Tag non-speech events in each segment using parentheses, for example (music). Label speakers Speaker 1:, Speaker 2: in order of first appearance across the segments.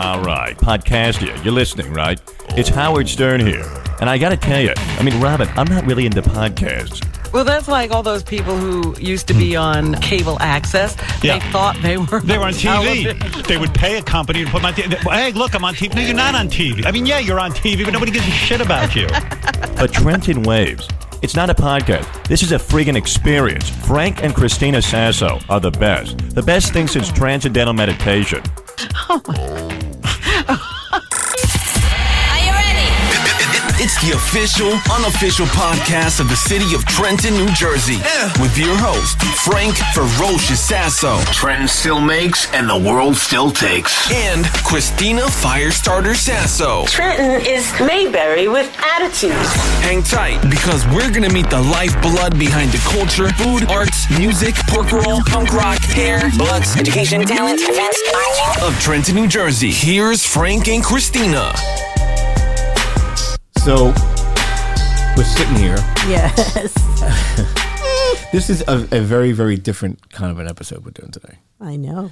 Speaker 1: All right, podcastia, you're listening, right? It's Howard Stern here, and I gotta tell you, I mean, Robin, I'm not really into podcasts.
Speaker 2: Well, that's like all those people who used to be on cable access.
Speaker 3: Hmm. Yeah.
Speaker 2: They thought they were.
Speaker 3: They were
Speaker 2: (laughs)
Speaker 3: on
Speaker 2: television.
Speaker 3: TV. They would pay a company to put my. T- hey, look, I'm on TV. No, you're not on TV. I mean, yeah, you're on TV, but nobody gives a shit about
Speaker 4: (laughs)
Speaker 3: you.
Speaker 1: But Trenton Waves, it's not a podcast. This is a friggin' experience. Frank and Christina Sasso are the best. The best thing since transcendental meditation.
Speaker 5: Are you ready?
Speaker 6: It's the official, unofficial podcast of the city of Trenton, New Jersey, with your host, Frank Ferocious Sasso,
Speaker 7: Trend still makes and the world still takes.
Speaker 6: and Christina Firestarter Sasso.
Speaker 8: Trenton is Mayberry with attitude.
Speaker 6: Hang tight, because we're gonna meet the lifeblood behind the culture, food, arts, music, pork roll, punk rock, hair, butts, education, talent, events, of Trenton, New Jersey. Here's Frank and Christina.
Speaker 9: So we're sitting here.
Speaker 10: Yes.
Speaker 9: This is a, a very, very different kind of an episode we're doing today.
Speaker 10: I know.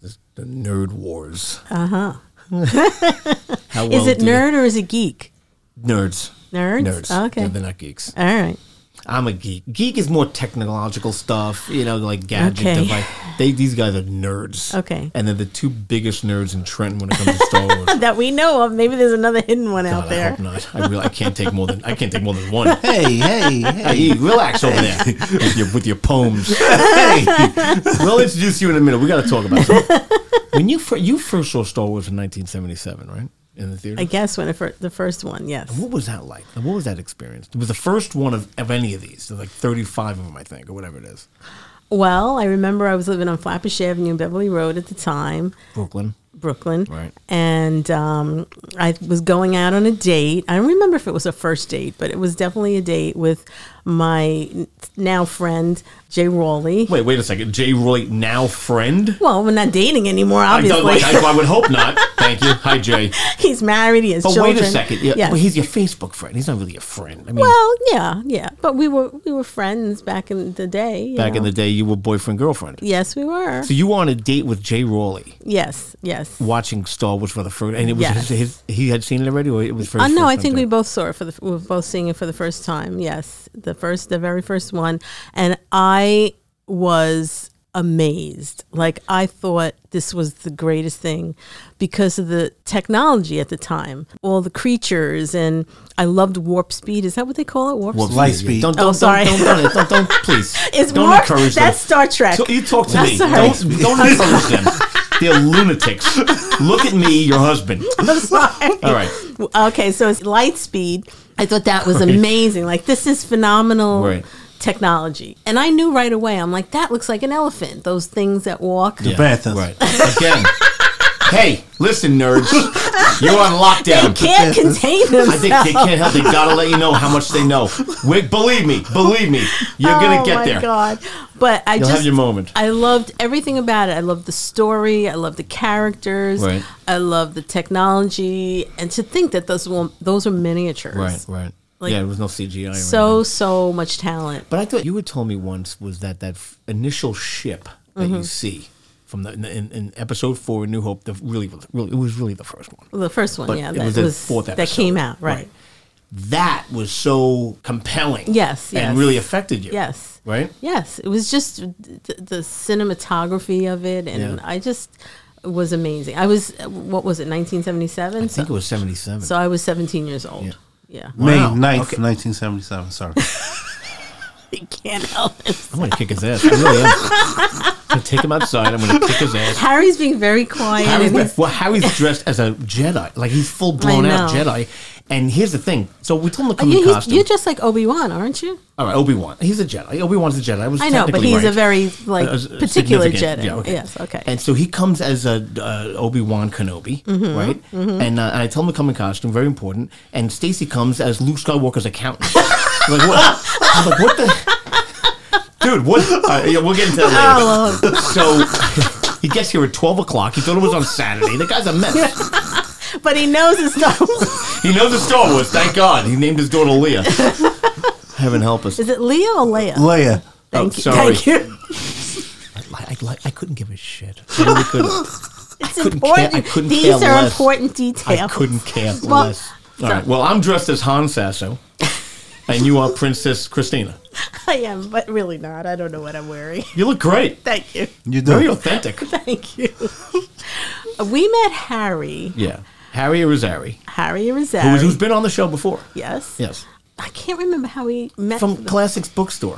Speaker 9: This, the nerd wars. Uh huh. How well
Speaker 10: Uh-huh. (laughs) Is it
Speaker 9: do they-
Speaker 10: nerd or is it geek?
Speaker 9: Nerds.
Speaker 10: Nerds? Oh,
Speaker 9: Nerds.
Speaker 10: Okay.
Speaker 9: No, they're not geeks.
Speaker 10: All right.
Speaker 9: I'm a geek. Geek is more technological stuff, you know, like gadget
Speaker 10: Okay.
Speaker 9: device. They these guys are nerds.
Speaker 10: Okay.
Speaker 9: And they're the two biggest nerds in Trenton when it comes to Star Wars.
Speaker 10: That we know of. Maybe there's another hidden one out
Speaker 9: God, I
Speaker 10: there.
Speaker 9: hope not. I really I can't take more than I can't take more than one.
Speaker 10: (laughs)
Speaker 9: Hey, hey, hey, relax over there (laughs) with your, with
Speaker 10: (laughs)
Speaker 9: your poems. hey, we'll introduce you in a minute. We got to talk about it. when you fir- you first saw Star Wars in 1977, right? In the theater.
Speaker 10: I guess when it fir- the first one, yes.
Speaker 9: what was that like? What was that experience? It was the first one of, of any of these. There's like 35 of them, I think, or whatever it is.
Speaker 10: Well, I remember I was living on Flappish Avenue and Beverly Road at the time,
Speaker 9: Brooklyn.
Speaker 10: Brooklyn.
Speaker 9: Right.
Speaker 10: And um, I was going out on a date. I don't remember if it was a first date, but it was definitely a date with my now friend, Jay Rawley.
Speaker 9: Wait, wait a second. Jay Roy, now friend?
Speaker 10: Well, we're not dating anymore,
Speaker 9: I, don't,
Speaker 10: obviously.
Speaker 9: like, I, I would hope not. Thank you. Hi, Jay.
Speaker 10: (laughs) he's married, he has
Speaker 9: But
Speaker 10: children.
Speaker 9: wait a second. Yeah,
Speaker 10: Yes.
Speaker 9: well, he's your Facebook friend. He's not really your friend. I mean,
Speaker 10: Well, yeah, yeah, but we were we were friends back in the day. you
Speaker 9: back in
Speaker 10: know.
Speaker 9: the day, you were boyfriend girlfriend.
Speaker 10: yes, we were.
Speaker 9: So you were on a date with Jay Rawley,
Speaker 10: Yes, yes.
Speaker 9: watching Star Wars for the first, and it was
Speaker 10: Yes.
Speaker 9: his, his. He had seen it already, or it was first.
Speaker 10: Uh, no, I think we both saw it for the we were both seeing it for the first time. Yes, the first, the very first one, and I was amazed. Like I thought this was the greatest thing because of the technology at the time, all the creatures, and I loved warp speed. Is that what they call it? Warp
Speaker 9: Well,
Speaker 10: speed.
Speaker 9: light
Speaker 6: speed.
Speaker 9: speed. Don't,
Speaker 10: Oh,
Speaker 9: don't,
Speaker 10: sorry.
Speaker 9: Don't, don't, don't, don't, don't
Speaker 10: (laughs)
Speaker 9: please.
Speaker 10: It's
Speaker 9: don't
Speaker 10: warp.
Speaker 9: encourage them.
Speaker 10: That's Star Trek.
Speaker 9: So you talk to
Speaker 10: I'm
Speaker 9: me.
Speaker 10: sorry.
Speaker 9: Don't, don't encourage them. They're lunatics. Look at me, your husband.
Speaker 10: (laughs) I'm sorry.
Speaker 9: All right.
Speaker 10: Okay, so it's light speed. I thought that was amazing. Like this is phenomenal
Speaker 9: Right.
Speaker 10: technology. And I knew right away. I'm like that looks like an elephant. Those things that walk.
Speaker 9: Yeah,
Speaker 6: bathhouse.
Speaker 9: Right.
Speaker 10: (laughs)
Speaker 9: Again. hey, listen, nerds. You're on
Speaker 10: They
Speaker 9: lockdown.
Speaker 10: can't contain
Speaker 9: (laughs) I
Speaker 10: (laughs)
Speaker 9: think they
Speaker 10: themselves.
Speaker 9: can't help. They gotta let you know how much they know. We, believe me, believe me, you're gonna
Speaker 10: oh
Speaker 9: get
Speaker 10: my
Speaker 9: there.
Speaker 10: god! But I
Speaker 9: You'll
Speaker 10: just
Speaker 9: have your moment.
Speaker 10: I loved everything about it. I loved the story. I loved the characters.
Speaker 9: Right.
Speaker 10: I loved the technology. And to think that those were, those were miniatures.
Speaker 9: Right, right.
Speaker 10: Like,
Speaker 9: yeah, it was no CGI. or
Speaker 10: So
Speaker 9: anything.
Speaker 10: so much talent.
Speaker 9: but I thought you had told me once was that that f- initial ship that
Speaker 10: Mm-hmm.
Speaker 9: you see from the in, in, in episode four, in New Hope, the really, really, it was really the first one.
Speaker 10: The first one,
Speaker 9: But
Speaker 10: yeah,
Speaker 9: it
Speaker 10: that
Speaker 9: was
Speaker 10: was,
Speaker 9: the fourth
Speaker 10: that
Speaker 9: episode.
Speaker 10: came out, right?
Speaker 9: Right. That was so compelling.
Speaker 10: Yes, yes.
Speaker 9: and really affected you.
Speaker 10: Yes.
Speaker 9: right.
Speaker 10: Yes, it was just the, the cinematography of it, and
Speaker 9: Yeah.
Speaker 10: I just it was amazing. I was what was it, 1977?
Speaker 9: I think it was seventy-seven.
Speaker 10: so I was 17 years old.
Speaker 9: Yeah.
Speaker 10: Yeah, (laughs)
Speaker 9: Wow.
Speaker 6: May 9th,
Speaker 9: Okay.
Speaker 6: 1977. Sorry.
Speaker 10: I can't help it.
Speaker 9: I'm gonna kick his ass. I really am. (laughs) I'm gonna take him outside. I'm gonna kick his ass.
Speaker 10: Harry's being very quiet.
Speaker 9: Harry's,
Speaker 10: and he's-
Speaker 9: well, Harry's dressed as a Jedi, like he's full blown out
Speaker 10: know. Uh,
Speaker 9: Jedi. And here's the thing: so we told him to come
Speaker 10: you,
Speaker 9: in
Speaker 10: he's-
Speaker 9: costume.
Speaker 10: you're just like Obi Wan, aren't you?
Speaker 9: All right, Obi Wan. He's a Jedi. Obi Wan's a Jedi. I was.
Speaker 10: I know, but
Speaker 9: technically
Speaker 10: he's a
Speaker 9: right.
Speaker 10: very like
Speaker 9: Uh, uh,
Speaker 10: particular
Speaker 9: significant.
Speaker 10: Jedi.
Speaker 9: Yeah, okay.
Speaker 10: Yes, okay.
Speaker 9: And so he comes as a uh, Obi Wan Kenobi,
Speaker 10: Mm-hmm,
Speaker 9: right? And, uh, and I tell him to come in costume, very important. And Stacy comes as Luke Skywalker's accountant. (laughs) I'm like what? I'm like
Speaker 10: (laughs)
Speaker 9: what the? Dude, what? Uh, yeah, we'll get into
Speaker 10: Oh,
Speaker 9: that later. so he gets here at twelve o'clock. He thought it was on Saturday. The guy's a mess.
Speaker 10: (laughs) but he knows his
Speaker 9: (laughs)
Speaker 10: stuff.
Speaker 9: He knows the Star Wars. Thank God. He named his daughter Leah. Heaven help us.
Speaker 10: Is it Leo or Leia?
Speaker 6: Leia.
Speaker 10: Thank
Speaker 9: Oh,
Speaker 10: you.
Speaker 9: sorry.
Speaker 10: Thank you.
Speaker 9: I, I like. I couldn't give a shit. I
Speaker 10: (laughs)
Speaker 9: really couldn't.
Speaker 10: It's
Speaker 9: couldn't care-
Speaker 10: important.
Speaker 9: I couldn't
Speaker 10: These
Speaker 9: care
Speaker 10: are
Speaker 9: less.
Speaker 10: important details.
Speaker 9: I couldn't care
Speaker 10: (laughs) Well,
Speaker 9: less. All right. Well, I'm dressed as Han Sasso, and you are Princess Christina.
Speaker 10: I am, but really not. I don't know what I'm wearing. (laughs)
Speaker 9: You look great.
Speaker 10: Thank you.
Speaker 11: You do.
Speaker 9: Very
Speaker 10: (laughs)
Speaker 9: authentic.
Speaker 10: Thank you. (laughs) we met Harry.
Speaker 9: Yeah. Harry Rosari,
Speaker 10: Harry Rosari.
Speaker 9: who, who's been on the show before.
Speaker 10: yes.
Speaker 9: Yes.
Speaker 10: I can't remember how we met.
Speaker 9: From Classics Bookstore.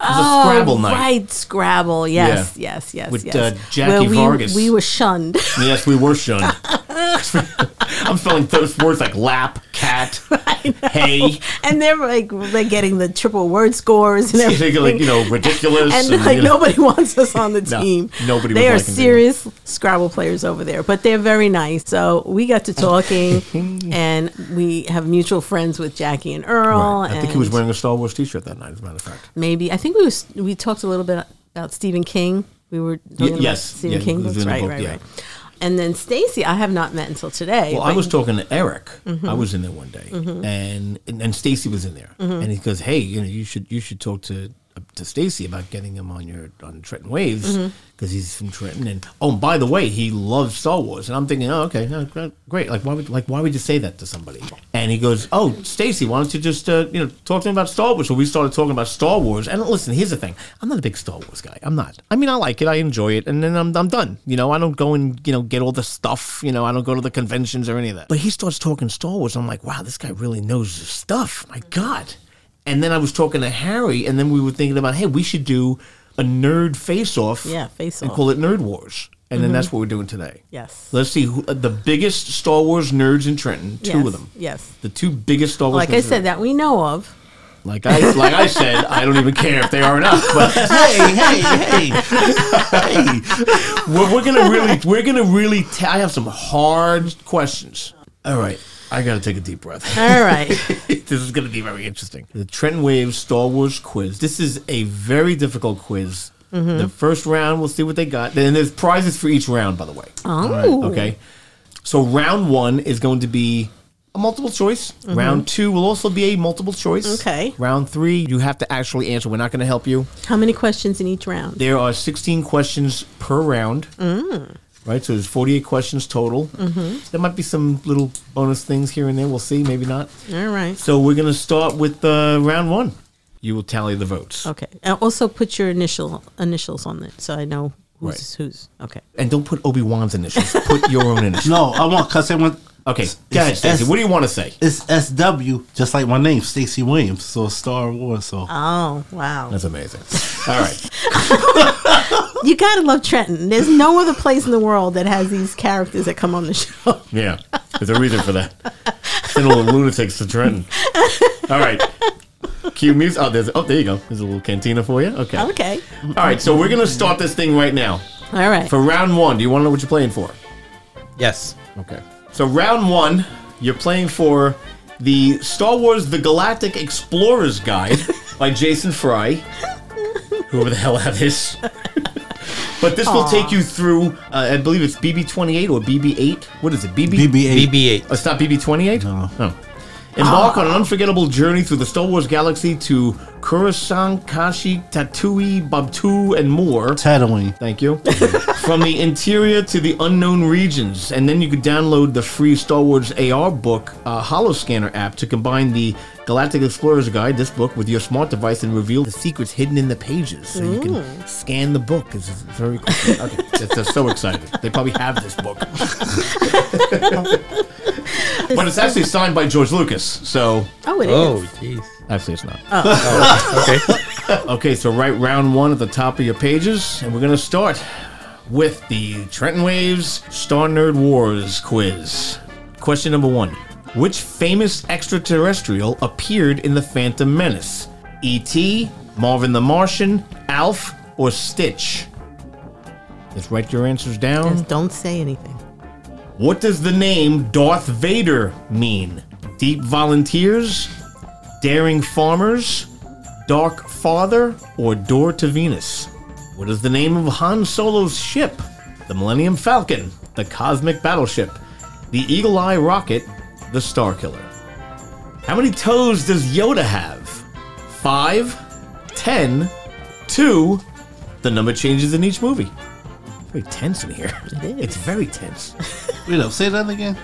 Speaker 9: It was
Speaker 10: oh,
Speaker 9: a Scrabble night.
Speaker 10: Right, Scrabble. Yes,
Speaker 9: Yeah.
Speaker 10: yes, yes.
Speaker 9: With,
Speaker 10: yes.
Speaker 9: uh, Jackie
Speaker 10: Where we,
Speaker 9: Vargas.
Speaker 10: We were shunned. (laughs)
Speaker 9: Yes, we were shunned. (laughs) I'm spelling those words like lap, cat, hay.
Speaker 10: and they're like, like getting the triple word
Speaker 9: (laughs)
Speaker 10: scores and
Speaker 9: Like,
Speaker 10: everything.
Speaker 9: you know, ridiculous.
Speaker 10: and,
Speaker 9: and,
Speaker 10: like
Speaker 9: you know.
Speaker 10: nobody wants us on the
Speaker 9: (laughs) No,
Speaker 10: team.
Speaker 9: nobody
Speaker 10: They
Speaker 9: would
Speaker 10: are
Speaker 9: like them to be.
Speaker 10: serious Scrabble players over there, but they're very nice. So we got to
Speaker 9: (laughs)
Speaker 10: talking, and we have mutual friends with Jackie and Earl.
Speaker 9: Right. I think he was
Speaker 10: and
Speaker 9: wearing a Star Wars T-shirt that night. As a matter of fact,
Speaker 10: maybe I think we was, we talked a little bit about Stephen King. We were talking about
Speaker 9: yes,
Speaker 10: Stephen
Speaker 9: yeah,
Speaker 10: King
Speaker 9: it was
Speaker 10: books,
Speaker 9: in a
Speaker 10: right,
Speaker 9: book,
Speaker 10: right,
Speaker 9: yeah.
Speaker 10: right. And then Stacy, I have not met until today.
Speaker 9: well, I
Speaker 10: but-
Speaker 9: was talking to Eric. I was in there one day, and and, and Stacy was in there, and he goes, "Hey, you know, you should you should talk to to Stacy about getting him on your on Trenton Waves because he's from Trenton, and oh, and by the way, he loves Star Wars." And I'm thinking, "Oh, okay, no, gr- great. Like, why would like why would you say that to somebody?" And he goes, "Oh, Stacy, why don't you just uh, you know talk to him about Star Wars?" So we started talking about Star Wars, and listen, here's the thing: I'm not a big Star Wars guy. I'm not. I mean, I like it, I enjoy it, and then I'm I'm done. You know, I don't go and you know get all the stuff. You know, I don't go to the conventions or any of that. But he starts talking Star Wars. I'm like, wow, this guy really knows his stuff. My God. And then I was talking to Harry, and then we were thinking about, hey, we should do a nerd face off.
Speaker 10: Yeah, face
Speaker 9: And
Speaker 10: off.
Speaker 9: call it Nerd Wars. And then that's what we're doing today.
Speaker 10: Yes.
Speaker 9: Let's see who, uh, the biggest Star Wars nerds in Trenton. Two
Speaker 10: yes,
Speaker 9: of them.
Speaker 10: Yes.
Speaker 9: The two biggest Star Wars.
Speaker 10: Like
Speaker 9: nerds
Speaker 10: I
Speaker 9: in
Speaker 10: said, that we know of.
Speaker 9: like I like I said, I don't even care if they are or not. But hey, hey, hey, hey, we're, we're gonna really, we're gonna really. T- I have some hard questions. All right, I gotta take a deep breath.
Speaker 10: All right.
Speaker 9: (laughs) this is gonna be very interesting. The Trenton Waves Star Wars quiz. This is a very difficult quiz.
Speaker 10: Mm-hmm.
Speaker 9: The first round, we'll see what they got. Then there's prizes for each round, by the way.
Speaker 10: Oh.
Speaker 9: Okay. So round one is going to be a multiple choice. Round two will also be a multiple choice.
Speaker 10: Mm-hmm. Okay.
Speaker 9: Round three, you have to actually answer. We're not going to help you.
Speaker 10: How many questions in each round?
Speaker 9: There are 16 questions per round.
Speaker 10: Mm.
Speaker 9: Right? So there's 48 questions total.
Speaker 10: Mm-hmm.
Speaker 9: There might be some little bonus things here and there. We'll see. Maybe not.
Speaker 10: All right.
Speaker 9: So we're going to start with uh, round one. You will tally the votes.
Speaker 10: Okay. And also put your initial initials on it so I know who's who's. Okay.
Speaker 9: And don't put Obi Wan's initials. Put your own initials.
Speaker 11: (laughs) No, I want because I want.
Speaker 9: Okay.
Speaker 11: It's-
Speaker 9: Go ahead,
Speaker 11: it's
Speaker 9: Stacey.
Speaker 11: S-
Speaker 9: What do you want to say?
Speaker 11: It's SW, just like my name, Stacy Williams. So it's Star Wars. So
Speaker 10: Oh, wow.
Speaker 9: That's amazing. All right.
Speaker 10: You got to love Trenton. There's no other place in the world that has these characters that come on the show. (laughs)
Speaker 9: Yeah, there's a reason for that. Send a little lunatics to Trenton. All right. Cue music. Oh, there's. Oh, there you go. There's a little cantina for you. Okay.
Speaker 10: Okay.
Speaker 9: All right. So we're gonna start this thing right now
Speaker 10: All right.
Speaker 9: for round one. Do you want to know what you're playing for?
Speaker 11: yes,
Speaker 9: Okay. So round one, you're playing for the Star Wars: The Galactic Explorer's Guide by Jason Fry. Whoever the hell that is. but this will take you through. Uh, I believe it's BB-28 or BB-8. What is it? BB.
Speaker 11: BB-8.
Speaker 9: Oh, it's not BB-28?
Speaker 11: No.
Speaker 9: Oh. Embark on an unforgettable journey through the Star Wars galaxy to Coruscant, Kashyyyk, Tatooine, Babtu, and more.
Speaker 11: Tatooine.
Speaker 9: Thank you. (laughs) From the interior to the unknown regions. And then you could download the free Star Wars AR book, uh, Holoscanner app, to combine the Galactic Explorer's Guide, this book, with your smart device and reveal the secrets hidden in the pages. So you can scan the book. It's it's very cool. Okay, that's, that's so exciting. They probably have this book. but it's actually signed by George Lucas, so.
Speaker 10: Oh, it is.
Speaker 4: jeez.
Speaker 9: Actually, it's not. Oh.
Speaker 4: Okay.
Speaker 9: (laughs) Okay, so write round one at the top of your pages, and we're gonna start with the Trenton Waves Star Nerd Wars quiz. Question number one: Which famous extraterrestrial appeared in the Phantom Menace? E.T., Marvin the Martian, Alf, or Stitch? Just write your answers down.
Speaker 10: Just don't say anything.
Speaker 9: What does the name Darth Vader mean? Deep volunteers, daring farmers, dark father, or door to Venus? What is the name of Han Solo's ship? The Millennium Falcon, the cosmic battleship, the Eagle Eye rocket, the Star Killer. How many toes does Yoda have? Five, ten, two, The number changes in each movie. Very tense in here. (laughs) It is. It's very tense.
Speaker 11: Wait up, say that again.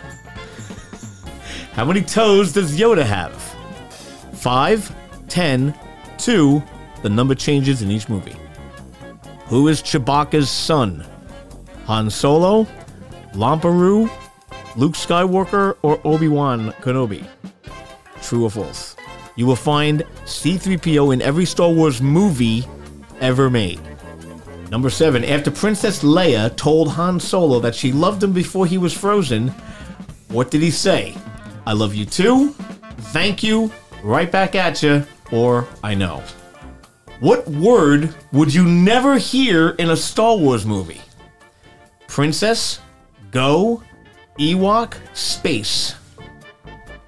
Speaker 9: How many toes does Yoda have? Five, ten, two. The number changes in each movie. Who is Chewbacca's son? Han Solo, Lamparu, Luke Skywalker, or Obi Wan Kenobi? True or false? You will find C3PO in every Star Wars movie ever made. Number seven, after Princess Leia told Han Solo that she loved him before he was frozen, what did he say? I love you too, thank you, right back at you, or I know. What word would you never hear in a Star Wars movie? Princess, go, Ewok, space.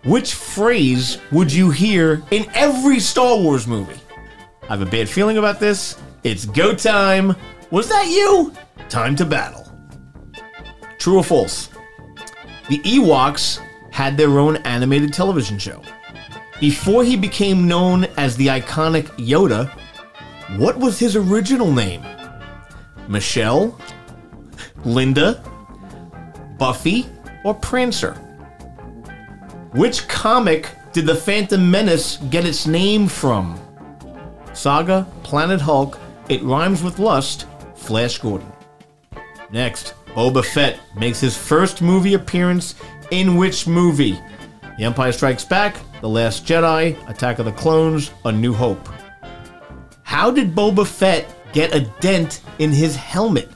Speaker 9: Which phrase would you hear in every Star Wars movie? I have a bad feeling about this. It's go time. Was that you? Time to battle. True or false? The Ewoks had their own animated television show. Before he became known as the iconic Yoda, what was his original name? Michelle, Linda, Buffy, or Prancer? Which comic did the Phantom Menace get its name from? Saga, Planet Hulk, It Rhymes with Lust, Flash Gordon. Next, Boba Fett makes his first movie appearance in which movie? The Empire Strikes Back, The Last Jedi, Attack of the Clones, A New Hope. How did Boba Fett get a dent in his helmet?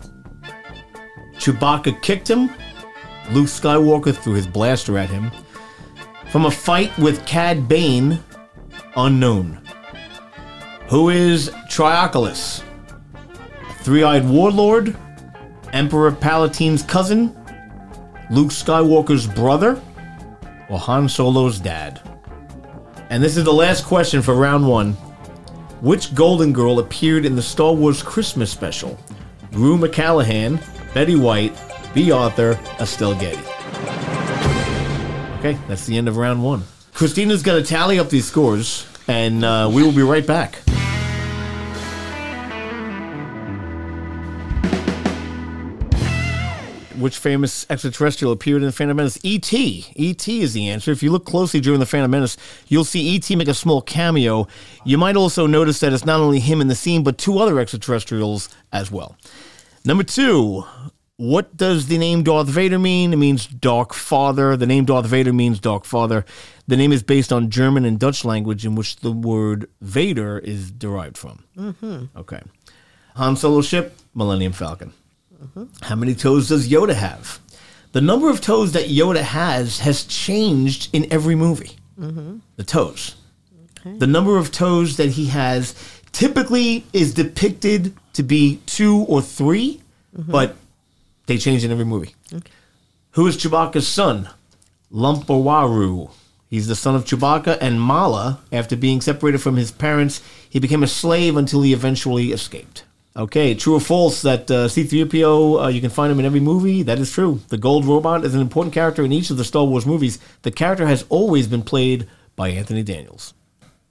Speaker 9: Chewbacca kicked him, Luke Skywalker threw his blaster at him, from a fight with Cad Bane, unknown. Who is Trioculus? A three eyed warlord? Emperor Palpatine's cousin? Luke Skywalker's brother? Or Han Solo's dad? And this is the last question for round one. Which Golden Girl appeared in the Star Wars Christmas special? Rue McCallahan, Betty White, B. Arthur, Estelle Getty. Okay, that's the end of round one. Christina's going to tally up these scores, and uh, we will be right back. Which famous extraterrestrial appeared in The Phantom Menace? E E.T. E.T. is the answer. If you look closely during The Phantom Menace, you'll see E.T. make a small cameo. You might also notice that it's not only him in the scene, but two other extraterrestrials as well. Number two, what does the name Darth Vader mean? It means dark father. The name Darth Vader means dark father. The name is based on German and Dutch language, in which the word Vader is derived from. Mm-hmm. Okay. Han Solo ship, Millennium Falcon. How many toes does Yoda have? The number of toes that Yoda has has changed in every movie. The toes. The number of toes that he has typically is depicted to be two or 3 but they change in every movie. Who is Chewbacca's son? Lumpawaru. He's the son of Chewbacca and Mala. After being separated from his parents, he became a slave until he eventually escaped. Okay, true or false that uh, C3PO, uh, you can find him in every movie? That is true. The gold robot is an important character in each of the Star Wars movies. The character has always been played by Anthony Daniels.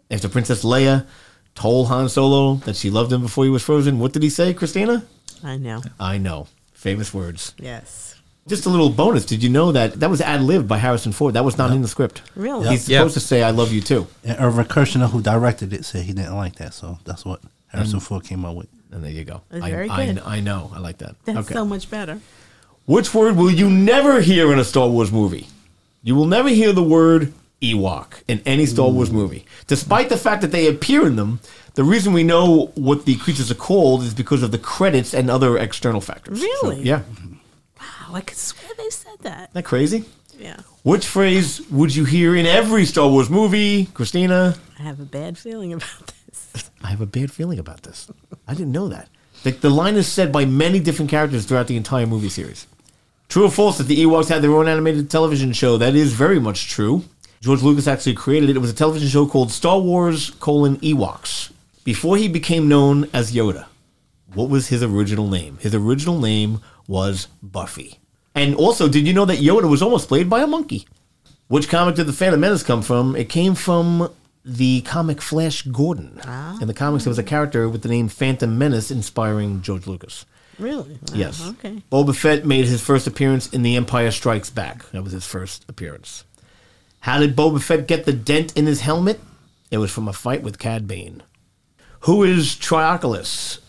Speaker 9: After Princess Leia told Han Solo that she loved him before he was frozen, what did he say, Christina?
Speaker 10: I know.
Speaker 9: I know. Famous words.
Speaker 10: Yes.
Speaker 9: Just a little bonus. Did you know that that was ad libbed by Harrison Ford? That was not in the script.
Speaker 10: Really?
Speaker 9: He's
Speaker 11: Yeah.
Speaker 9: supposed to say, I love you too.
Speaker 11: And Irvin Kershner, who directed it, said he didn't like that, so that's what Harrison
Speaker 9: Mm.
Speaker 11: Ford came up with.
Speaker 9: And there you go.
Speaker 10: That's
Speaker 9: I,
Speaker 10: very
Speaker 9: I,
Speaker 10: good.
Speaker 9: I know. I like that.
Speaker 10: That's
Speaker 9: okay.
Speaker 10: so much better.
Speaker 9: Which word will you never hear in a Star Wars movie? You will never hear the word Ewok in any Star Wars movie. Despite the fact that they appear in them, the reason we know what the creatures are called is because of the credits and other external factors. So,
Speaker 10: Really?
Speaker 9: yeah.
Speaker 10: Wow, Oh, I could swear they said that.
Speaker 9: Isn't that crazy?
Speaker 10: Yeah.
Speaker 9: Which phrase would you hear in every Star Wars movie? Christina?
Speaker 10: I have a bad feeling about (laughs) this.
Speaker 9: (laughs) I have a bad feeling about this. I didn't know that. The, the line is said by many different characters throughout the entire movie series. True or false that the Ewoks had their own animated television show? That is very much true. George Lucas actually created it. It was a television show called Star Wars colon Ewoks before he became known as Yoda. What was his original name? His original name was Buffy. And also, did you know that Yoda was almost played by a monkey? Which comic did the Phantom Menace come from? It came from the comic Flash Gordon. In the comics, there was a character with the name Phantom Menace inspiring George Lucas.
Speaker 10: Really? Wow,
Speaker 9: Yes.
Speaker 10: Uh-huh, Okay.
Speaker 9: Boba Fett made his first appearance in The Empire Strikes Back. That was his first appearance. How did Boba Fett get the dent in his helmet? It was from a fight with Cad Bane. Who is Trioculus?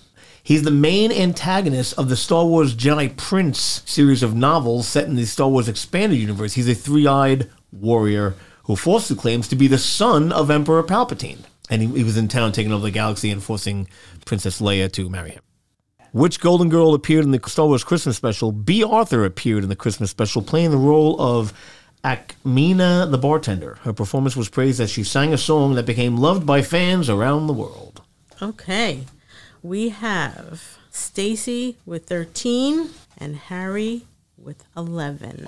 Speaker 9: He's the main antagonist of the Star Wars Jedi Prince series of novels set in the Star Wars expanded universe. He's a three eyed warrior who falsely claims to be the son of Emperor Palpatine. And he, he was in town taking over the galaxy and forcing Princess Leia to marry him. Which Golden Girl appeared in the Star Wars Christmas special? B. Arthur appeared in the Christmas special, playing the role of Akmina the bartender. Her performance was praised as she sang a song that became loved by fans around the world.
Speaker 10: Okay. We have Stacy with 13 and Harry with 11.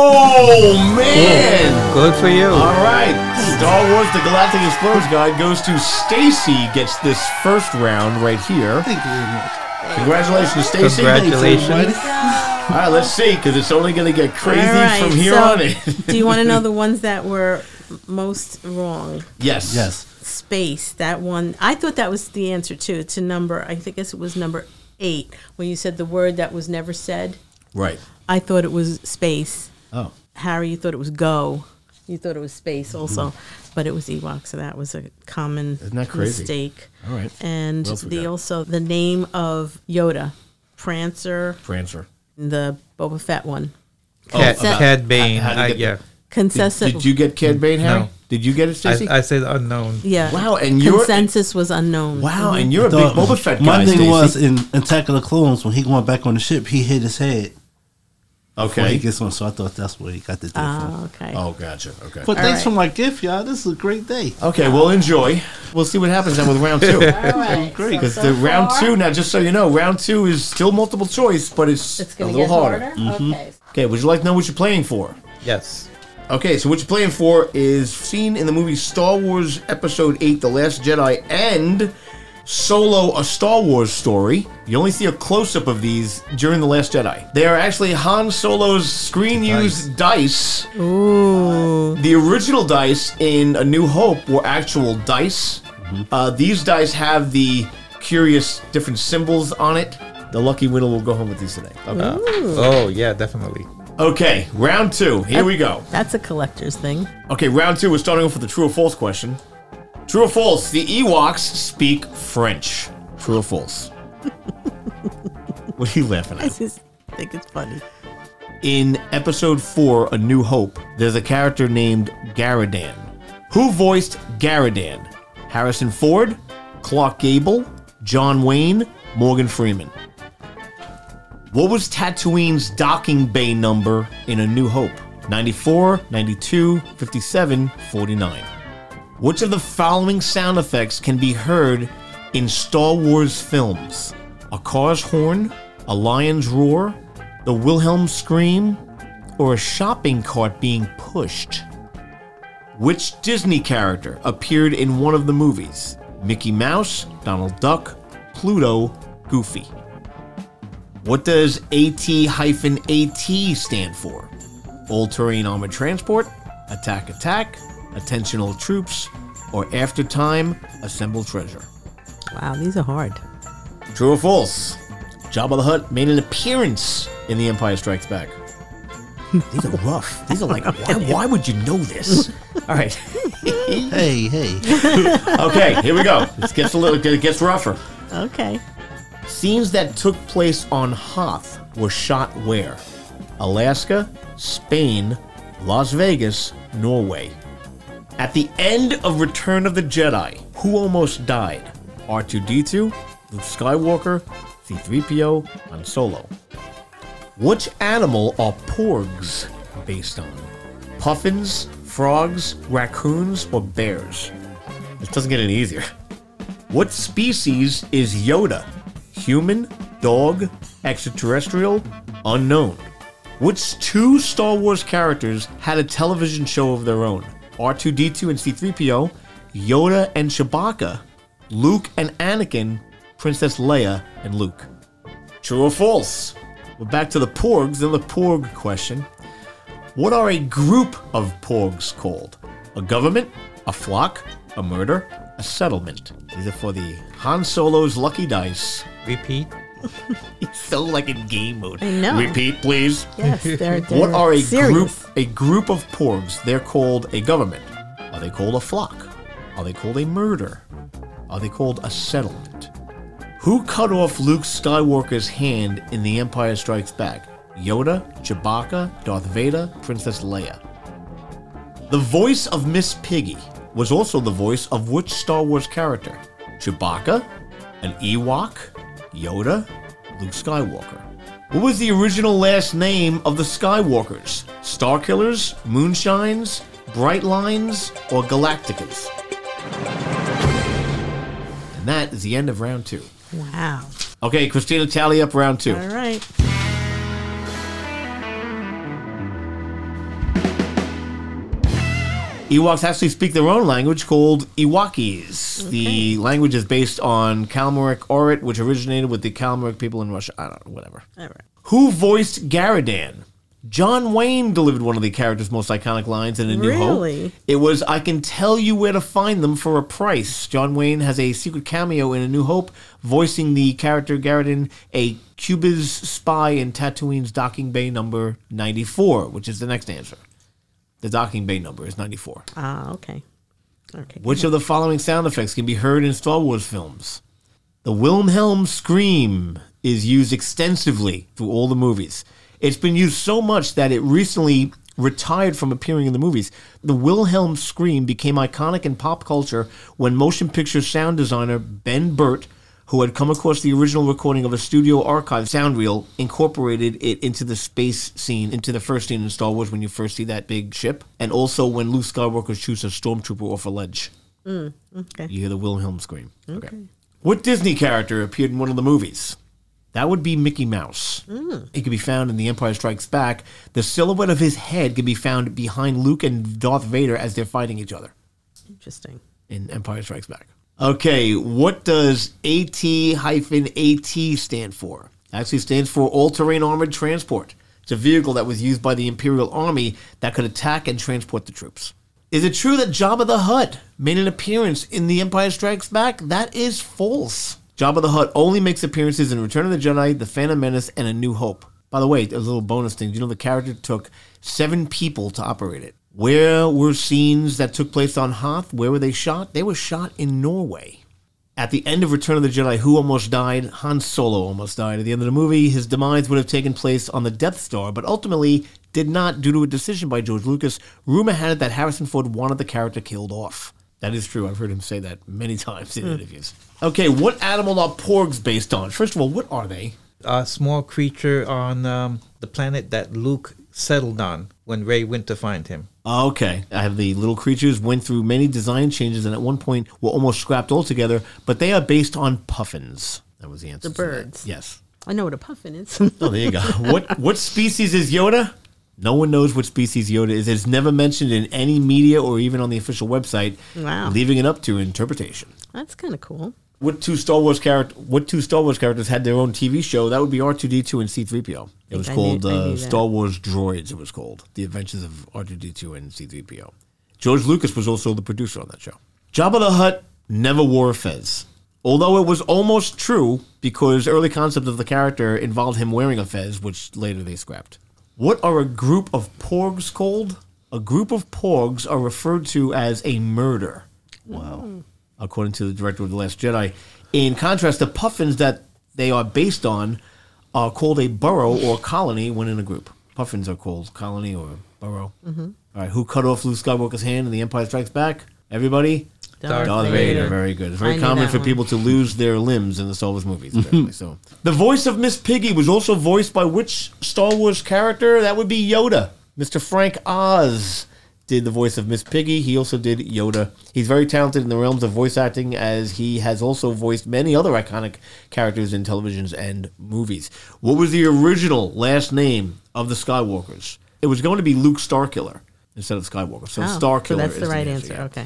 Speaker 9: Oh man!
Speaker 2: Good for you.
Speaker 9: All right, Star Wars: The Galactic Explorers Guide goes to Stacy. Gets this first round right here.
Speaker 11: Thank you very much.
Speaker 9: Congratulations, Stacy!
Speaker 2: Congratulations.
Speaker 9: All right, let's see because it's only going to get crazy
Speaker 10: All right,
Speaker 9: from here
Speaker 10: so
Speaker 9: on in.
Speaker 10: (laughs) do you want to know
Speaker 9: (laughs)
Speaker 10: the ones that were most wrong?
Speaker 9: yes.
Speaker 11: Yes.
Speaker 10: Space, that one. I thought that was the answer too, to number, I think guess it was number eight, when you said the word that was never said.
Speaker 9: Right.
Speaker 10: I thought it was space.
Speaker 9: Oh.
Speaker 10: Harry, you thought it was go. You thought it was space also, but it was Ewok. So that was a common
Speaker 9: Hmm. that crazy?
Speaker 10: mistake.
Speaker 9: All right.
Speaker 10: And
Speaker 9: What else we
Speaker 10: the
Speaker 9: got?
Speaker 10: also the name of Yoda, Prancer,
Speaker 9: Prancer.
Speaker 10: the Boba Fett one.
Speaker 2: Cat,
Speaker 10: about-
Speaker 2: Cad Bane.
Speaker 9: how to
Speaker 2: I,
Speaker 9: get
Speaker 2: yeah.
Speaker 10: Consensus.
Speaker 9: Did you get Cad Bane, Harry?
Speaker 2: No.
Speaker 9: Did you get it, Stacy?
Speaker 2: I, I said unknown.
Speaker 10: yeah.
Speaker 9: Wow, and you're-
Speaker 10: consensus was unknown.
Speaker 9: wow, Oh, and you're a
Speaker 11: The-
Speaker 9: big Boba Fett guy.
Speaker 11: My thing
Speaker 9: Stacey.
Speaker 11: was in Attack of the Clones when he going back on the ship, he hit his head when he
Speaker 9: okay.
Speaker 11: gets on. So I thought that's where he got the deal from.
Speaker 10: Oh, okay.
Speaker 9: Oh, gotcha. Okay.
Speaker 11: But
Speaker 10: All
Speaker 11: thanks
Speaker 10: right.
Speaker 11: for my gift, y'all. This is a great day.
Speaker 9: Okay, we'll enjoy. We'll see what happens then with
Speaker 10: (laughs)
Speaker 9: round two.
Speaker 10: All right.
Speaker 11: Great.
Speaker 10: So,
Speaker 9: Because
Speaker 10: so
Speaker 9: the round
Speaker 10: far,
Speaker 9: two now, just so you know, round two is still multiple choice, but it's,
Speaker 10: It's
Speaker 9: a
Speaker 10: going to
Speaker 9: little
Speaker 10: get harder.
Speaker 9: harder. Mm-hmm.
Speaker 10: Okay.
Speaker 9: Okay, would you like to know what you're playing for?
Speaker 2: Yes.
Speaker 9: Okay, so what you're playing for is seen in the movie Star Wars Episode 8 The Last Jedi and Solo A Star Wars Story. You only see a close up of these during The Last Jedi. They are actually Han Solo's screen used dice.
Speaker 10: Ooh.
Speaker 9: The original dice in A New Hope were actual dice. Uh, these dice have the curious different symbols on it. The lucky winner will go home with these today. Okay,
Speaker 4: Uh,
Speaker 2: Oh, yeah, definitely.
Speaker 9: okay round two. Here we go.
Speaker 10: That's a collector's thing. (laughs)
Speaker 9: Okay, round two. We're starting off with a true or false question. True or false? The Ewoks speak French. True or false? (laughs) what are you laughing
Speaker 10: I
Speaker 9: at?
Speaker 10: just think it's funny.
Speaker 9: In episode four, A New Hope, there's a character named Garadan. Who voiced Garadan? Harrison Ford, Clark Gable, John Wayne, Morgan Freeman. What was Tatooine's docking bay number in A New Hope? 94, 92, 57, 49. Which of the following sound effects can be heard in Star Wars films? A car's horn, a lion's roar, the Wilhelm scream, or a shopping cart being pushed? Which Disney character appeared in one of the movies? Mickey Mouse, Donald Duck, Pluto, Goofy. What does AT hyphen AT stand for? All terrain armored transport, attack attack, attentional troops, or after time, assemble treasure.
Speaker 10: Wow, these are hard.
Speaker 9: True or false? Jabba the Hutt made an appearance in The Empire Strikes Back. (laughs) These are rough. These are (laughs) like, why, why would you know this? All (laughs) right.
Speaker 11: Hey, hey.
Speaker 9: (laughs) Okay, here we go. This gets a little, it gets rougher.
Speaker 10: Okay.
Speaker 9: Scenes that took place on Hoth were shot where? Alaska, Spain, Las Vegas, Norway. At the end of Return of the Jedi, who almost died? R2D2, Luke Skywalker, C3PO, Han Solo. Which animal are porgs based on? Puffins, frogs, raccoons, or bears? This doesn't get any easier. What species is Yoda? Human, dog, extraterrestrial, unknown. Which two Star Wars characters had a television show of their own? R2D2 and C3PO, Yoda and Chewbacca, Luke and Anakin, Princess Leia and Luke. True or false? We're back to the porgs and the porg question. What are a group of porgs called? A government, a flock, a murder, a settlement, either for the Han Solo's lucky dice.
Speaker 4: Repeat.
Speaker 9: (laughs) He's so like in game mode.
Speaker 10: I know.
Speaker 9: Repeat, please.
Speaker 10: Yes,
Speaker 9: (laughs)
Speaker 10: they're-
Speaker 9: what
Speaker 10: they're
Speaker 9: are a
Speaker 10: serious.
Speaker 9: group? A group of porgs. They're called a government. Are they called a flock? Are they called a murder? Are they called a settlement? Who cut off Luke Skywalker's hand in The Empire Strikes Back? Yoda, Chewbacca, Darth Vader, Princess Leia. The voice of Miss Piggy was also the voice of which Star Wars character? Chewbacca, an Ewok, Yoda, Luke Skywalker. What was the original last name of the Skywalkers? Starkillers, Moonshines, Brightlines, or Galacticas? And that is the end of round two.
Speaker 10: Wow.
Speaker 9: Okay, Christina, tally up round two.
Speaker 10: All right.
Speaker 9: Ewoks actually speak their own language called Ewokis. The language is based on Kalmaric Orit, which originated with the Kalmaric people in Russia. I don't know, whatever.
Speaker 10: All right.
Speaker 9: Who voiced Garadan? John Wayne delivered one of the character's most iconic lines in A New
Speaker 10: Really?
Speaker 9: Hope. It was, I can tell you where to find them for a price. John Wayne has a secret cameo in A New Hope, voicing the character Garadan, a Cuba's spy in Tatooine's docking bay number 94, which is the next answer. The docking bay number is 94.
Speaker 10: Ah, okay. Okay.
Speaker 9: Which of the following sound effects can be heard in Star Wars films? The Wilhelm scream is used extensively through all the movies. It's been used so much that it recently retired from appearing in the movies. The Wilhelm scream became iconic in pop culture when motion picture sound designer Ben Burt, who had come across the original recording of a studio archive sound reel, incorporated it into the space scene, into the first scene in Star Wars when you first see that big ship, and also when Luke Skywalker shoots a stormtrooper off a ledge.
Speaker 10: Mm, okay.
Speaker 9: You hear the Wilhelm scream. Okay. What Disney character appeared in one of the movies? That would be Mickey Mouse.
Speaker 10: Mm.
Speaker 9: It can be found in The Empire Strikes Back. The silhouette of his head can be found behind Luke and Darth Vader as they're fighting each other
Speaker 10: Interesting.
Speaker 9: in Empire Strikes Back. Okay, what does AT hyphen AT stand for? Actually stands for All Terrain Armored Transport. It's a vehicle that was used by the Imperial Army that could attack and transport the troops. Is it true that Jabba the Hutt made an appearance in The Empire Strikes Back? That is false. Jabba the Hutt only makes appearances in Return of the Jedi, The Phantom Menace, and A New Hope. By the way, a little bonus thing. Do you know the character took seven people to operate it? Where were scenes that took place on Hoth? Where were they shot? They were shot in Norway. At the end of Return of the Jedi, who almost died? Han Solo almost died. At the end of the movie, his demise would have taken place on the Death Star, but ultimately did not due to a decision by George Lucas. Rumor had it that Harrison Ford wanted the character killed off. That is true. I've heard him say that many (laughs) times in
Speaker 4: Hmm.
Speaker 9: interviews. Okay, what animal are porgs based on? First of all, what are they?
Speaker 4: A small creature on um, the planet that Luke settled on when Ray went to find him.
Speaker 9: Ah, Okay. I have the little creatures went through many design changes and at one point were almost scrapped altogether, but they are based on puffins. That was the answer.
Speaker 10: The birds.
Speaker 9: Yes.
Speaker 10: I know what a puffin is. (laughs)
Speaker 9: Oh, there you go. (laughs) what what species is Yoda? No one knows what species Yoda is. It's never mentioned in any media or even on the official website.
Speaker 10: Wow.
Speaker 9: Leaving it up to interpretation.
Speaker 10: That's kind of cool.
Speaker 9: What two Star Wars character? What two Star Wars characters had their own TV show? That would be R two D two and C three PO. It
Speaker 10: I
Speaker 9: was
Speaker 10: think I
Speaker 9: called
Speaker 10: knew- I
Speaker 9: uh,
Speaker 10: knew that.
Speaker 9: Star Wars Droids. It was called The Adventures of R two D two and C three PO. George Lucas was also the producer on that show. Jabba the Hutt never wore a fez, although it was almost true because early concept of the character involved him wearing a fez, which later they scrapped. What are a group of porgs called? A group of porgs are referred to as a murder Wow. according to the director of The Last Jedi. In contrast, the puffins that they are based on are called a burrow or colony when in a group. Puffins are called colony or burrow.
Speaker 10: Mhm.
Speaker 9: All right, who cut off Luke Skywalker's hand in The Empire Strikes Back? Everybody?
Speaker 10: Darth Vader.
Speaker 9: Very good. It's
Speaker 10: I
Speaker 9: very
Speaker 10: knew
Speaker 9: common
Speaker 10: that
Speaker 9: for
Speaker 10: one.
Speaker 9: people to lose their limbs in the Star Wars movies.
Speaker 10: (laughs)
Speaker 9: apparently, so. The voice of Miss Piggy was also voiced by which Star Wars character? That would be Yoda. Mr. Frank Oz did the voice of Miss Piggy. He also did Yoda. He's very talented in the realms of voice acting, as he has also voiced many other iconic characters in televisions and movies. What was the original last name of the Skywalkers? It was going to be Luke Starkiller instead of Skywalker. So
Speaker 10: Oh,
Speaker 9: Starkiller.
Speaker 10: So that's
Speaker 9: is
Speaker 10: the right answer.
Speaker 9: yeah.
Speaker 10: Okay.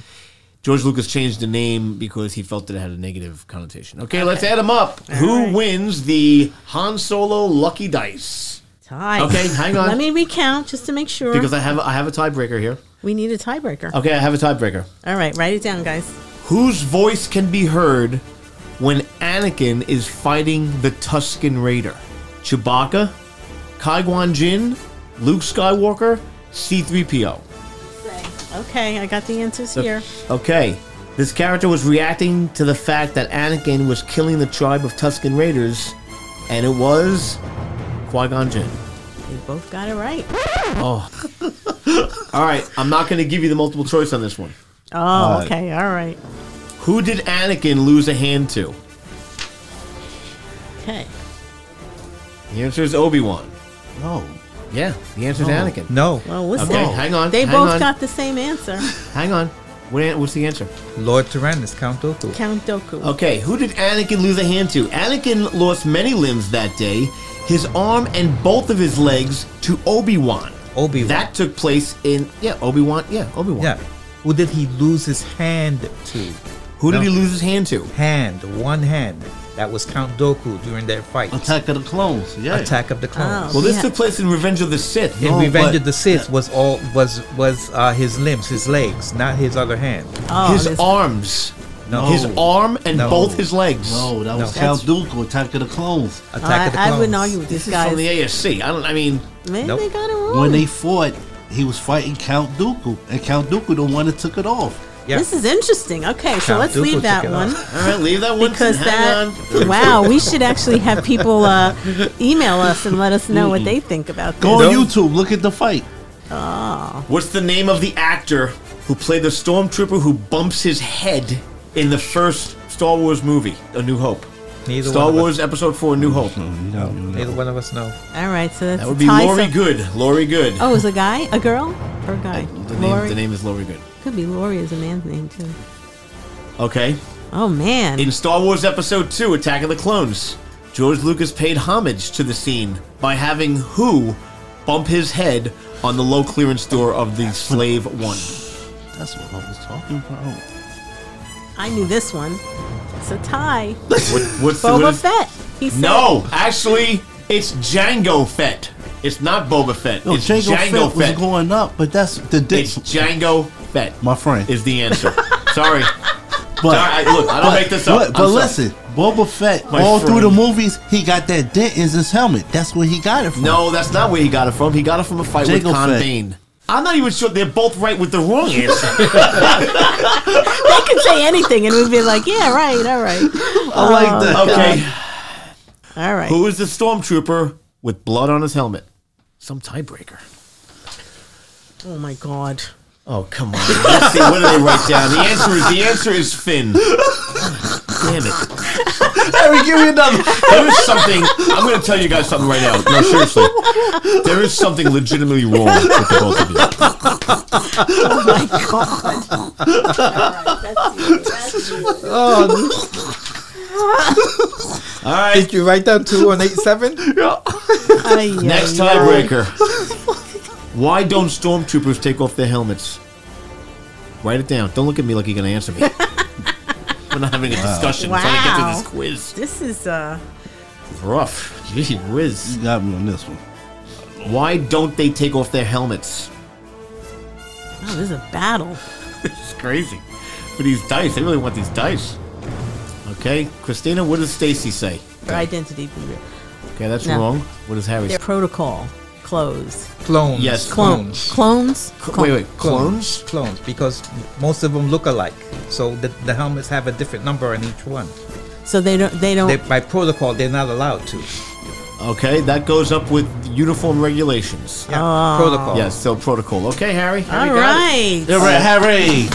Speaker 9: George Lucas changed the name because he felt that it had a negative connotation. Okay, let's add them up. Who wins the Han Solo Lucky Dice?
Speaker 10: Tie.
Speaker 9: Okay, hang
Speaker 10: (laughs)
Speaker 9: on.
Speaker 10: Let me recount just to make sure.
Speaker 9: Because I have I have a tiebreaker here.
Speaker 10: We need a tiebreaker.
Speaker 9: Okay, I have a tiebreaker.
Speaker 10: All right, write it down, guys.
Speaker 9: Whose voice can be heard when Anakin is fighting the Tusken Raider? Chewbacca, Kai Guan Jinn, Luke Skywalker, C3PO.
Speaker 10: Okay, I got the answers here.
Speaker 9: Okay. This character was reacting to the fact that Anakin was killing the tribe of Tusken Raiders, and it was Qui Gon Jinn.
Speaker 10: You both got it right.
Speaker 9: Oh. All right, I'm not going to give you the multiple choice on this one.
Speaker 10: Oh, okay, all right.
Speaker 9: Who did Anakin lose a hand to?
Speaker 10: Okay.
Speaker 9: The answer is Obi Wan.
Speaker 11: No.
Speaker 9: Yeah, the answer is
Speaker 11: No.
Speaker 9: Anakin.
Speaker 4: No.
Speaker 10: Well, what's
Speaker 9: Okay,
Speaker 10: that?
Speaker 9: hang on,
Speaker 10: They
Speaker 9: hang
Speaker 10: both
Speaker 9: on.
Speaker 10: got the same answer.
Speaker 9: Hang on. What- What's the answer?
Speaker 4: Lord Tyrannus, Count Dooku.
Speaker 10: Count Doku.
Speaker 9: Okay, who did Anakin lose a hand to? Anakin lost many limbs that day, his arm and both of his legs to Obi Wan.
Speaker 4: Obi-Wan.
Speaker 9: That took place in yeah Obi Wan yeah Obi Wan.
Speaker 4: yeah. Who did he lose his hand to?
Speaker 9: Who
Speaker 4: No.
Speaker 9: did he lose his hand to?
Speaker 4: Hand, one hand. That was Count Doku during their fight.
Speaker 11: Attack of the Clones. Yeah.
Speaker 4: Attack of the Clones.
Speaker 9: Well, this
Speaker 10: Oh, Yeah.
Speaker 9: took place in Revenge of the Sith.
Speaker 4: In
Speaker 11: No,
Speaker 4: Revenge of
Speaker 11: but-
Speaker 4: the Sith was all was was uh, his limbs, his legs, not his other hand.
Speaker 10: Oh,
Speaker 9: his
Speaker 10: this-
Speaker 9: arms,
Speaker 4: No.
Speaker 9: his arm and
Speaker 4: No.
Speaker 9: both his legs.
Speaker 11: No, that
Speaker 4: No.
Speaker 11: was Count Dooku, Attack of the Clones.
Speaker 4: Attack
Speaker 10: I,
Speaker 4: of the
Speaker 10: I
Speaker 4: Clones.
Speaker 10: wouldn't argue with
Speaker 9: this
Speaker 10: these
Speaker 9: is
Speaker 10: guys.
Speaker 9: from the ASC. I don't. I mean,
Speaker 10: Man,
Speaker 4: Nope.
Speaker 10: they got it wrong.
Speaker 11: When they fought, he was fighting Count Dooku, and Count Dooku the one that took it off.
Speaker 4: Yeah.
Speaker 10: This is interesting. Okay, so
Speaker 4: Count
Speaker 10: let's
Speaker 4: Dooku
Speaker 10: leave
Speaker 4: took
Speaker 10: that
Speaker 4: it
Speaker 10: one.
Speaker 9: all right, leave that one.
Speaker 10: Because
Speaker 9: hang
Speaker 10: that,
Speaker 9: on.
Speaker 10: wow, we should actually have people uh, email us and let us know what they think about this.
Speaker 11: Go on YouTube, look at the fight.
Speaker 9: What's the name of the actor who played the stormtrooper who bumps his head in the first Star Wars movie, A New Hope?
Speaker 4: Neither
Speaker 9: Star
Speaker 4: one
Speaker 9: Wars Episode Four, A New Hope.
Speaker 4: Of us, neither one of us know.
Speaker 10: All right, so that's
Speaker 9: That
Speaker 10: a
Speaker 9: would be
Speaker 10: tie,
Speaker 9: Laurie
Speaker 10: so-
Speaker 9: Good. Laurie Good.
Speaker 10: Oh, is a guy, a girl, or a guy?
Speaker 9: the,
Speaker 10: Lori
Speaker 9: name, the name is Laurie Good.
Speaker 10: could be Lori is a man's name too.
Speaker 9: Okay.
Speaker 10: Oh man,
Speaker 9: In Star Wars Episode 2, Attack of the Clones, George Lucas paid homage to the scene by having who bump his head on the low clearance door of the Slave One.
Speaker 11: That's what I was talking about.
Speaker 10: I knew this one. It's a
Speaker 9: (laughs)
Speaker 10: tie.
Speaker 9: What, what's the, what
Speaker 10: Boba
Speaker 9: is-
Speaker 10: Fett. He said
Speaker 9: No, actually, it's Django Fett. It's not Boba Fett.
Speaker 11: No,
Speaker 9: it's
Speaker 11: Django,
Speaker 9: Django,
Speaker 11: Fett,
Speaker 9: Fett.
Speaker 11: was going up, but that's the dick.
Speaker 9: it's Django Fett.
Speaker 11: My friend.
Speaker 9: is
Speaker 11: (laughs)
Speaker 9: the answer. Sorry.
Speaker 11: but,
Speaker 9: Sorry, I- look, I don't make this up.
Speaker 11: But,
Speaker 9: I'm
Speaker 11: but
Speaker 9: sorry.
Speaker 11: listen, Boba Fett,
Speaker 9: My
Speaker 11: all
Speaker 9: friend.
Speaker 11: through the movies, he got that dent in his helmet. That's where he got it from.
Speaker 9: No, that's not where he got it from. He got it from a fight with
Speaker 11: Django
Speaker 9: Con
Speaker 11: Fett.
Speaker 9: Bane. I'm not even sure they're both right with
Speaker 11: (laughs)
Speaker 9: the wrong answer.
Speaker 10: (laughs) they could say anything, and we'd be like, yeah, right, all right,
Speaker 11: I like that.
Speaker 9: okay.
Speaker 10: all right.
Speaker 9: Who is the stormtrooper with blood on his helmet? Some tiebreaker.
Speaker 10: Oh my god.
Speaker 9: Oh come on! Let's see. What do they write down? The answer is the answer is Finn. Damn it!
Speaker 11: Harry, give
Speaker 4: (laughs)
Speaker 11: me another.
Speaker 9: There is something. I'm going to tell you guys something right now. No, seriously. There is something legitimately wrong with the both of you. All right.
Speaker 4: Did you write down two one eight seven?
Speaker 10: Ay, ay,
Speaker 9: Next
Speaker 10: ay.
Speaker 9: tiebreaker. Why don't stormtroopers take off their helmets? Write it down. Don't look at me like you're going to answer me. We're not having a discussion trying to get
Speaker 10: Wow.
Speaker 9: to this quiz.
Speaker 10: This is uh.
Speaker 9: It's rough. Gee whiz.
Speaker 11: You got me on this one.
Speaker 9: Why don't they take off their helmets? (laughs)
Speaker 10: Oh, this is a battle.
Speaker 9: It's crazy. For these dice, they really want these dice. Okay, Christina, what does Stacy say?
Speaker 10: Their identity.
Speaker 9: Okay, that's
Speaker 10: No.
Speaker 9: wrong. What does Harry
Speaker 10: Their
Speaker 9: say?
Speaker 10: protocol. Clothes.
Speaker 4: Clones.
Speaker 9: Yes,
Speaker 10: Clones. Clones.
Speaker 9: Cl- wait, wait,
Speaker 4: Clones.
Speaker 9: clones?
Speaker 4: Clones. Because most of them look alike, so the, the helmets have a different number on each one.
Speaker 10: So they don't. They don't.
Speaker 4: They, by protocol, they're not allowed to.
Speaker 9: Okay, that goes up with uniform regulations.
Speaker 4: Yeah.
Speaker 11: Oh.
Speaker 4: protocol.
Speaker 9: Yes, so protocol. Okay, Harry. Harry
Speaker 10: all
Speaker 9: got it.
Speaker 10: right.
Speaker 11: All right, Harry.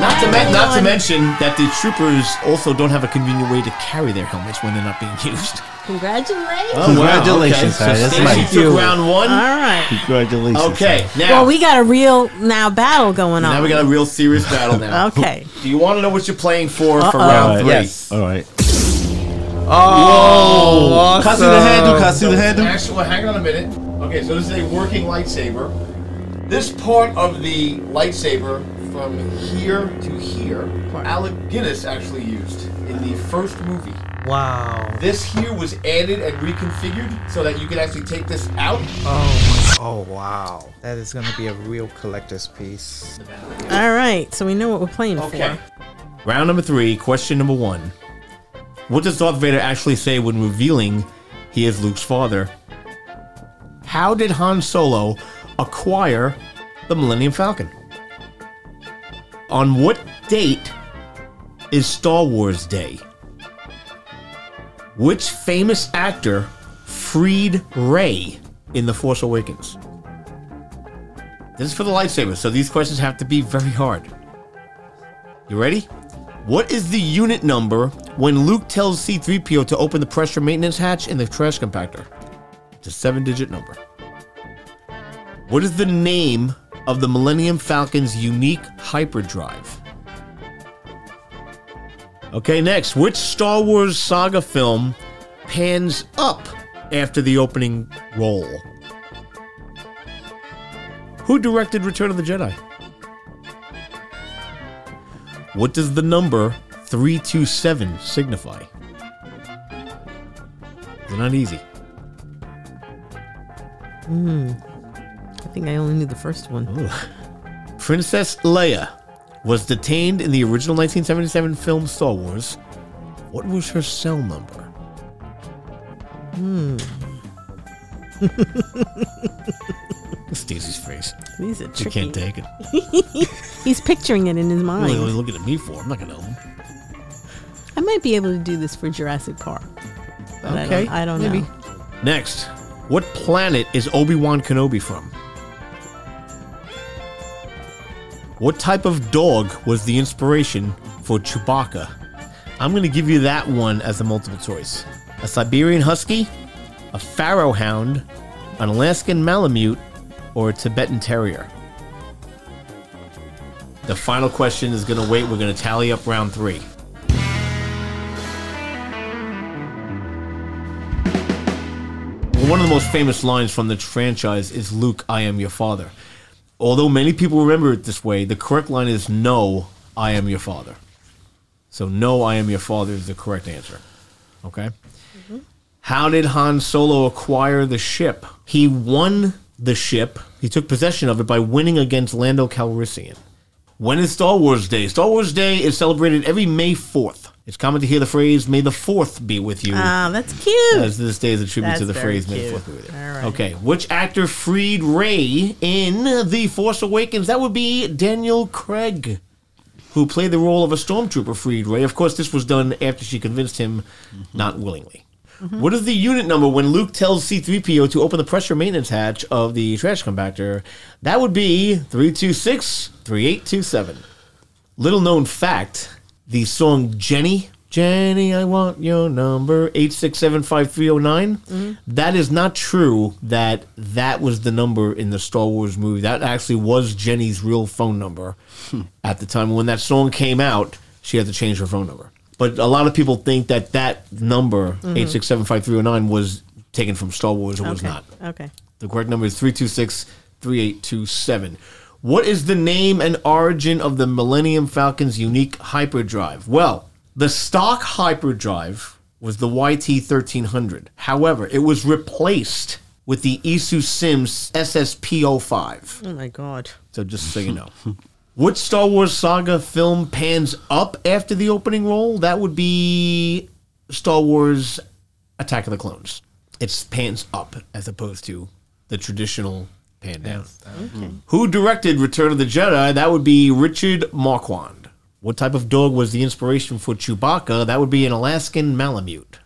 Speaker 9: Not to, men- not to
Speaker 10: Everyone.
Speaker 9: mention that the troopers also don't have a convenient way to carry their helmets when they're not being (laughs) used.
Speaker 10: Congratulations.
Speaker 11: Congratulations,
Speaker 9: wow,
Speaker 11: Harry.
Speaker 9: So
Speaker 11: That's
Speaker 9: Stacy
Speaker 11: nice.
Speaker 9: took round one.
Speaker 10: All right.
Speaker 11: Congratulations.
Speaker 9: Okay, now,
Speaker 10: Well, we got a real now battle going on.
Speaker 9: now we got a real serious battle
Speaker 10: (laughs)
Speaker 9: now.
Speaker 10: Okay.
Speaker 9: Do you want to know what you're playing for
Speaker 10: Uh-oh.
Speaker 9: for round three?
Speaker 4: Yes.
Speaker 11: All right.
Speaker 4: Oh,
Speaker 11: Can I see the handle? Can I see the handle?
Speaker 9: Actually, well, hang on a minute. Okay, so this is a working lightsaber. This part of the lightsaber from here to here, Alec Guinness actually used in the first movie.
Speaker 4: Wow.
Speaker 12: This here was added and reconfigured so that you could actually take this out.
Speaker 4: Oh, my- oh wow. That is going to be a real collector's piece.
Speaker 10: All right, so we know what we're playing for.
Speaker 9: Round number three, question number one. What does Darth Vader actually say when revealing he is Luke's father? How did Han Solo acquire the Millennium Falcon? On what date is Star Wars Day? Which famous actor freed Rey in The Force Awakens? This is for the lightsaber, so these questions have to be very hard. You ready? What is the unit number when Luke tells C3PO to open the pressure maintenance hatch in the trash compactor? It's a seven digit number. What is the name of the Millennium Falcon's unique hyperdrive? Okay, next. Which Star Wars saga film pans up after the opening roll? Who directed Return of the Jedi? What does the number 327 signify? They're not easy.
Speaker 10: Hmm. I think I only knew the first one.
Speaker 9: Princess Leia was detained in the original 1977 film Star Wars. What was her cell number? (laughs)
Speaker 10: Hmm.
Speaker 9: Stacy's face.
Speaker 10: These are
Speaker 9: She can't
Speaker 10: tricky.
Speaker 9: take it.
Speaker 10: He's picturing it in his
Speaker 9: What are you
Speaker 10: mind.
Speaker 9: looking at me for? I'm not gonna.
Speaker 10: I might be able to do this for Jurassic Park. But I
Speaker 9: Okay,
Speaker 10: don't, I don't
Speaker 9: maybe.
Speaker 10: know.
Speaker 9: Next, what planet is Obi Wan Kenobi from? What type of dog was the inspiration for Chewbacca? I'm going to give you that one as a multiple choice a Siberian Husky, a Pharaoh Hound, an Alaskan Malamute, or a Tibetan Terrier. The final question is going to wait. We're going to tally up round three. One of the most famous lines from the franchise is Luke, I am your father. Although many people remember it this way, the correct line is No, I am your father. So, No, I am your father is the correct answer. Okay? How did Han Solo acquire the ship? He won the ship, he took possession of it by winning against Lando Calrissian. When is Star Wars Day? Star Wars Day is celebrated every May 4th. It's common to hear the phrase, May the 4th be with you.
Speaker 10: Ah, that's cute.
Speaker 9: As this day is a tribute to
Speaker 10: That's
Speaker 9: the
Speaker 10: very
Speaker 9: phrase "May the
Speaker 10: cute.
Speaker 9: Fourth be with you."
Speaker 10: All right.
Speaker 9: Okay, which actor freed Ray in The Force Awakens? That would be Daniel Craig, who played the role of a stormtrooper freed Ray. Of course, this was done after she convinced him not willingly.
Speaker 10: Mm-hmm.
Speaker 9: What is the unit number when Luke tells C3PO to open the pressure maintenance hatch of the trash compactor? That would be 326 3827. Little known fact the song Jenny, Jenny, I want your number, 8675309. That is not true that that was the number in the Star Wars movie. That actually was Jenny's real phone number at the time. When that song came out, she had to change her phone number. But a lot of people think that that number,
Speaker 10: Mhm.
Speaker 9: 8675309, was taken from Star Wars. It was
Speaker 10: okay.
Speaker 9: not.
Speaker 10: Okay.
Speaker 9: The correct number is 326 3827. What is the name and origin of the Millennium Falcon's unique hyperdrive? Well, the stock hyperdrive was the YT 1300. However, it was replaced with the Isu Sims SSP 05.
Speaker 10: Oh my god.
Speaker 9: So just so you know. (laughs) Which Star Wars saga film pans up after the opening roll? That would be Star Wars Attack of the Clones. It pans up as opposed to the traditional pan down. Who directed Return of the Jedi? That would be Richard Marquand. What type of dog was the inspiration for Chewbacca? That would be an Alaskan Malamute.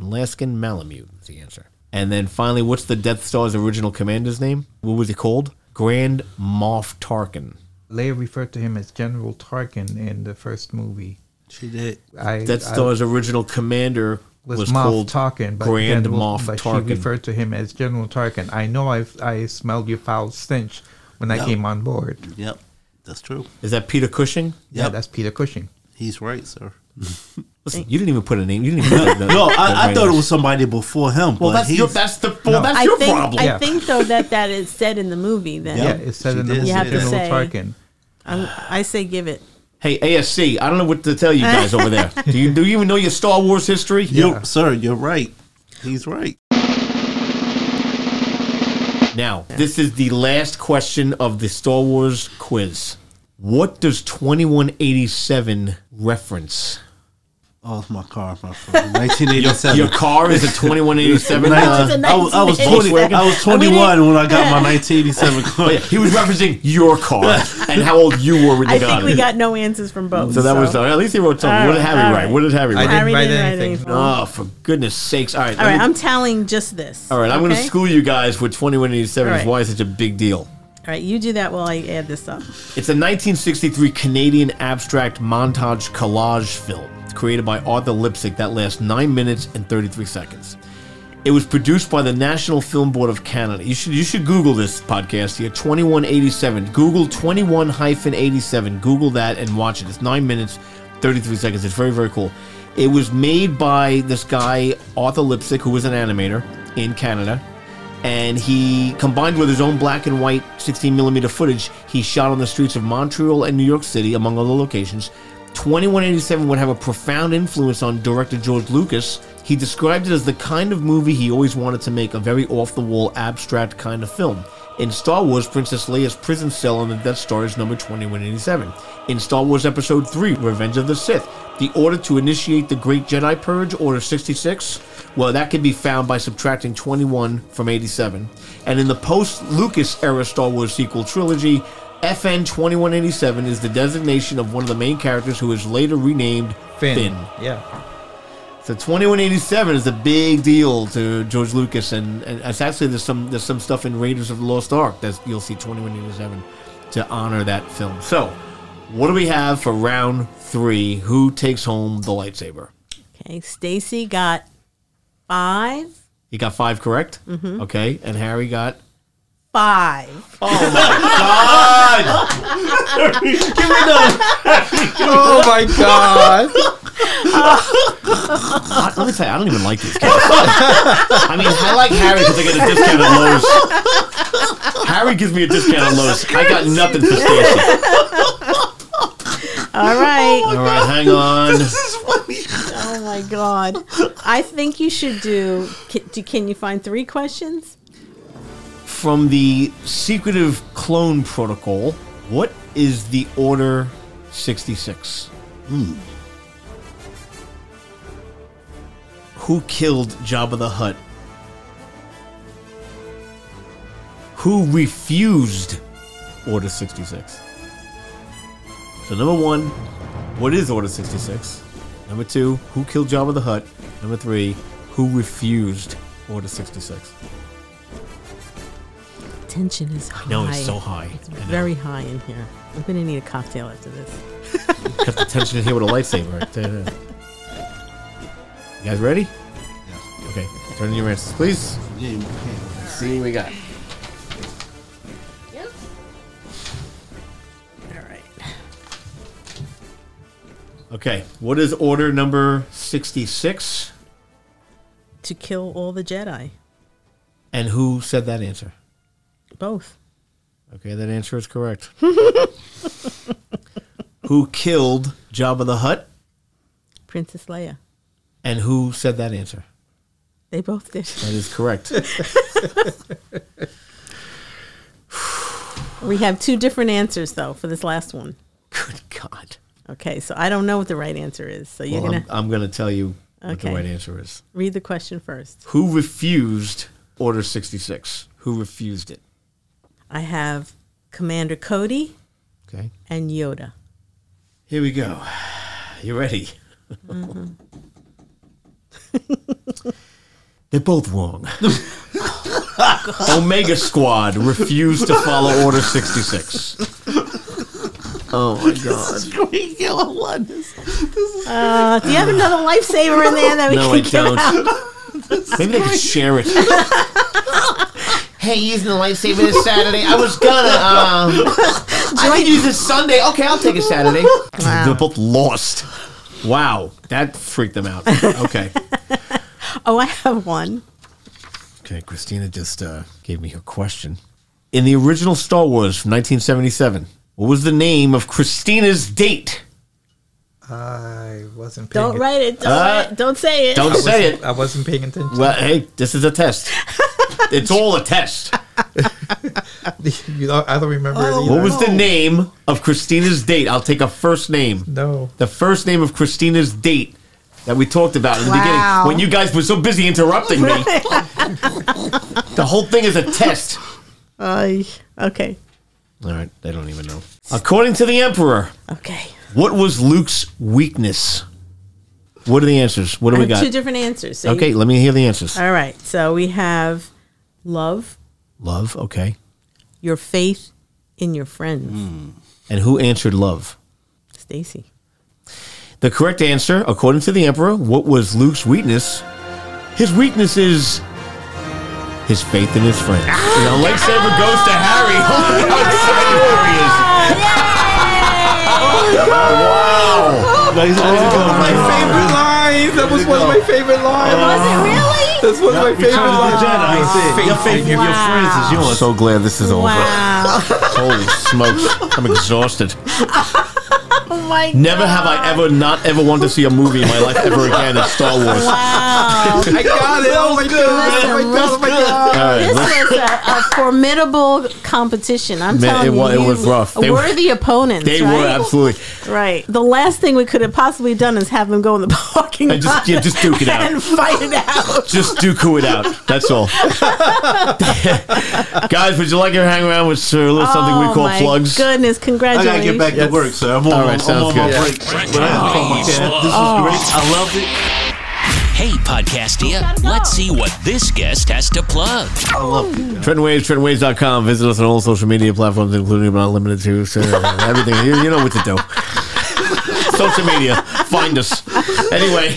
Speaker 9: Alaskan Malamute is the answer. And then finally, what's the Death Star's original commander's name? What was he called? Grand Moff Tarkin.
Speaker 4: Leia referred to him as General Tarkin in the first movie. She did. I,
Speaker 9: Death Star's original commander was,
Speaker 4: was, Moff
Speaker 9: called
Speaker 4: Tarkin, but
Speaker 9: Grand
Speaker 4: General-
Speaker 9: Moff
Speaker 4: but
Speaker 9: Tarkin.
Speaker 4: she referred to him as General Tarkin. I know I I smelled your foul stench when I
Speaker 11: Yep.
Speaker 4: came on board.
Speaker 11: Yep, that's true.
Speaker 9: Is that Peter Cushing?
Speaker 4: Yeah, that's Peter Cushing.
Speaker 11: He's right, sir.
Speaker 9: Listen, you didn't even put a name. You didn't even put the- (laughs)
Speaker 11: no,
Speaker 9: the
Speaker 11: I, I
Speaker 9: right
Speaker 11: thought it
Speaker 9: answer.
Speaker 11: was somebody before him.
Speaker 9: Well,
Speaker 11: but
Speaker 9: that's your-
Speaker 11: he's-
Speaker 9: that's the- well, that's
Speaker 10: I think I
Speaker 4: Yeah.
Speaker 10: think though that that is said in the movie. Then
Speaker 4: Yeah, it's said in the
Speaker 10: You
Speaker 4: movie
Speaker 10: have to
Speaker 4: General
Speaker 10: say-
Speaker 4: Tarkin.
Speaker 10: I'm- i say give it.
Speaker 9: Hey, ASC, I don't know what to
Speaker 10: (laughs)
Speaker 9: tell you guys over there. Do you do you even know your Star Wars history?
Speaker 11: You, sir, you're right. He's right.
Speaker 9: Now, this is the last question of the Star Wars quiz. What does 2187 reference?
Speaker 11: Oh, it's my car, my
Speaker 9: (laughs)
Speaker 11: friend. 1987.
Speaker 9: Your- your car is a 2187, uh,
Speaker 11: Nineteen- I, was, I was 20, I was
Speaker 10: (laughs)
Speaker 11: 21 when I got my 1987
Speaker 10: Oh,
Speaker 11: car.
Speaker 9: he was referencing your car (laughs) and how old you were when you
Speaker 10: I
Speaker 9: got
Speaker 10: think
Speaker 9: it.
Speaker 10: we got no answers from both.
Speaker 9: So that was uh, at least he wrote something.
Speaker 10: All
Speaker 9: what did
Speaker 10: right,
Speaker 9: Harry
Speaker 10: all
Speaker 9: write? What did Harry
Speaker 10: I
Speaker 9: write?
Speaker 10: didn't Harry write didn't write anything. anything.
Speaker 9: Oh, for goodness sakes! All right,
Speaker 10: All
Speaker 9: let
Speaker 10: right,
Speaker 9: me-
Speaker 10: I'm tallying just this.
Speaker 9: all right. I'm going to
Speaker 10: okay?
Speaker 9: school you guys with 2187
Speaker 10: All
Speaker 9: is
Speaker 10: right.
Speaker 9: why it's such a big deal.
Speaker 10: All right, you do that while I add this up.
Speaker 9: It's a 1963 Canadian abstract montage collage film. It's created by Arthur Lipsick that lasts 9 minutes and 33 seconds. It was produced by the National Film Board of Canada. You should you should Google this podcast here. 2187. Google 21 hyphen 87. Google that and watch it. It's 9 minutes 33 seconds. It's very very cool. It was made by this guy Arthur Lipsick who was an animator in Canada and he combined with his own black and white 16 millimeter footage he shot on the streets of montreal and new york city among other locations 2187 would have a profound influence on director george lucas he described it as the kind of movie he always wanted to make a very off-the-wall abstract kind of film in Star Wars, Princess Leia's prison cell on the Death Star is number 2187. In Star Wars Episode 3, Revenge of the Sith, the order to initiate the Great Jedi Purge, Order 66, well, that can be found by subtracting 21 from 87. And in the post Lucas era Star Wars sequel trilogy, FN 2187 is the designation of one of the main characters who is later renamed
Speaker 4: Finn.
Speaker 9: Finn.
Speaker 4: Yeah. (laughs)
Speaker 9: So 2187 is a big deal to George Lucas, and, and it's actually there's some there's some stuff in Raiders of the Lost Ark that you'll see 2187 to honor that film. So, what do we have for round three? Who takes home the lightsaber?
Speaker 10: Okay, Stacy got five.
Speaker 9: You got five correct,
Speaker 10: Mhm.
Speaker 9: okay, and Harry got
Speaker 10: Five.
Speaker 9: Oh (laughs) my
Speaker 10: god! Give me
Speaker 9: Oh
Speaker 13: my God.
Speaker 9: I, let me tell you, I don't even like this. Kid. I mean, I like Harry because I get a discount at Lowe's. Harry gives me a discount at Lowe's. I got nothing for Stacy.
Speaker 10: All right.
Speaker 9: All right, hang on.
Speaker 10: (laughs) Oh my god! I think you should do. Can, do, can you find three questions?
Speaker 9: From the secretive clone protocol, what is the Order Hmm. 66? Who killed Jabba the Hutt? Who refused Order 66? So, number one, what is Order 66? Number two, who killed Jabba the Hutt? Number three, who refused Order 66?
Speaker 10: Tension is high.
Speaker 9: I know, it's so high.
Speaker 10: It's
Speaker 9: I know.
Speaker 10: very high in here. I'm gonna need a cocktail after this.
Speaker 9: Cut the tension in here with a lightsaber. (laughs) Right there, there. You guys ready? Okay, turn in your answers, please. See what we got. Okay, what is order number 66?
Speaker 10: To kill all the Jedi,
Speaker 9: And who said that answer?
Speaker 10: both.
Speaker 9: Okay, that answer is (laughs) correct. who killed Jabba the Hutt?
Speaker 10: Princess Leia.
Speaker 9: And who said that answer?
Speaker 10: They both did.
Speaker 9: That is correct.
Speaker 10: (laughs) We have two different answers though for this last one.
Speaker 9: (laughs) Good God.
Speaker 10: Okay, so I don't know what the right answer is. So you're
Speaker 9: well,
Speaker 10: gonna
Speaker 9: I'm, I'm going to tell you what the
Speaker 10: Okay.
Speaker 9: right answer is.
Speaker 10: read the question first.
Speaker 9: Who refused Order 66? Who refused it?
Speaker 10: I have Commander Cody
Speaker 9: Okay.
Speaker 10: and Yoda.
Speaker 9: Here we go. (sighs) You ready? Mm-hmm. (laughs) They're both wrong. (laughs) Omega Squad refused to follow Order 66. Oh my (laughs) god.
Speaker 10: We kill a one. Uh, do you have another lifesaver in there that we
Speaker 9: No,
Speaker 10: can
Speaker 9: I
Speaker 10: get
Speaker 9: don't.
Speaker 10: out?
Speaker 9: Maybe they could share (laughs) it.
Speaker 13: Hey, using the lightsaber
Speaker 9: this Saturday. I was gonna, um, I could use it Sunday. Okay, I'll take a Saturday. They're both lost. Wow. That freaked them out. Okay.
Speaker 10: Oh, I have one.
Speaker 9: Okay, Christina just uh, gave me her question. In the original Star Wars from 1977, what was the name of Christina's date?
Speaker 4: I wasn't paying
Speaker 10: Don't write it. Don't, write it. don't say it. (laughs)
Speaker 4: I
Speaker 9: Uh, Don't say
Speaker 4: wasn't-
Speaker 9: it.
Speaker 4: I wasn't paying attention. (laughs)
Speaker 9: Well, hey, this is a test. it's all a (laughs) test.
Speaker 4: you know, I don't remember it
Speaker 10: Oh,
Speaker 4: either.
Speaker 9: what was the name of Christina's date? I'll take a first name.
Speaker 4: No.
Speaker 9: The first name of Christina's date that we talked about in the
Speaker 10: Wow.
Speaker 9: beginning when you guys were so busy
Speaker 10: (laughs)
Speaker 9: interrupting me. the whole thing is a test.
Speaker 10: Ay, okay.
Speaker 9: All right, they don't even know. According to the Emperor,
Speaker 10: Okay.
Speaker 9: what was Luke's weakness? What are the answers? What do
Speaker 10: I
Speaker 9: we
Speaker 10: have
Speaker 9: got?
Speaker 10: Two different answers. so
Speaker 9: okay,
Speaker 10: you-
Speaker 9: let me hear the answers.
Speaker 10: All right. So we have love,
Speaker 9: Love, okay.
Speaker 10: your faith in your friends.
Speaker 9: Mm. And who answered love?
Speaker 10: Stacy.
Speaker 9: The correct answer, according to the Emperor, what was Luke's weakness? His weakness is his faith in his friends.
Speaker 10: Ah,
Speaker 9: And the lightsaber goes
Speaker 11: (laughs)
Speaker 9: to Harry. Look how excited Harry is. Wow.
Speaker 4: my favorite lines. That was one of my favorite lines. was it really? That's one
Speaker 9: Oh,
Speaker 4: of my favorite lines.
Speaker 11: Your
Speaker 4: Faith
Speaker 11: faith in your friends is yours.
Speaker 9: So glad this is over.
Speaker 10: Wow.
Speaker 9: Holy smokes. I'm exhausted.
Speaker 10: oh my
Speaker 9: (laughs) Never have I ever not ever wanted to see a movie in my life ever again in Star Wars.
Speaker 4: I got it. Oh my god. Oh my god. Oh my god.
Speaker 9: All right,
Speaker 10: This
Speaker 9: let's-
Speaker 10: was a, a formidable competition. I'm
Speaker 9: Man,
Speaker 10: telling
Speaker 9: it wa-
Speaker 10: you,
Speaker 9: it was
Speaker 10: you
Speaker 9: rough. They were-
Speaker 10: worthy opponents.
Speaker 9: They
Speaker 10: right?
Speaker 9: were absolutely.
Speaker 10: right. The last thing we could have possibly done is have them go in the (laughs) parking
Speaker 9: And just-
Speaker 10: lot
Speaker 9: yeah, just duke it out.
Speaker 10: and fight it
Speaker 9: (laughs)
Speaker 10: out.
Speaker 9: Just do coup it out.
Speaker 10: (laughs)
Speaker 9: That's all. Guys, would you like to hang around with Sir Lou? Something we
Speaker 10: Oh,
Speaker 9: call
Speaker 10: my
Speaker 9: plugs.
Speaker 10: Goodness,
Speaker 11: I
Speaker 10: congratulations!
Speaker 11: gotta get back to work, so I'm on,
Speaker 9: All right,
Speaker 11: I'm
Speaker 9: sounds
Speaker 11: on my
Speaker 9: good.
Speaker 11: break. But I have to call my dad. This was
Speaker 10: Oh.
Speaker 11: great. I loved it.
Speaker 14: Hey, Podcastia, let's see what this guest has to plug. I love you.
Speaker 9: Trenton Waves, TrentonWaves.com. Visit us on all social media platforms, including but not limited to so everything. You, you know what to do. social media, find us. Anyway,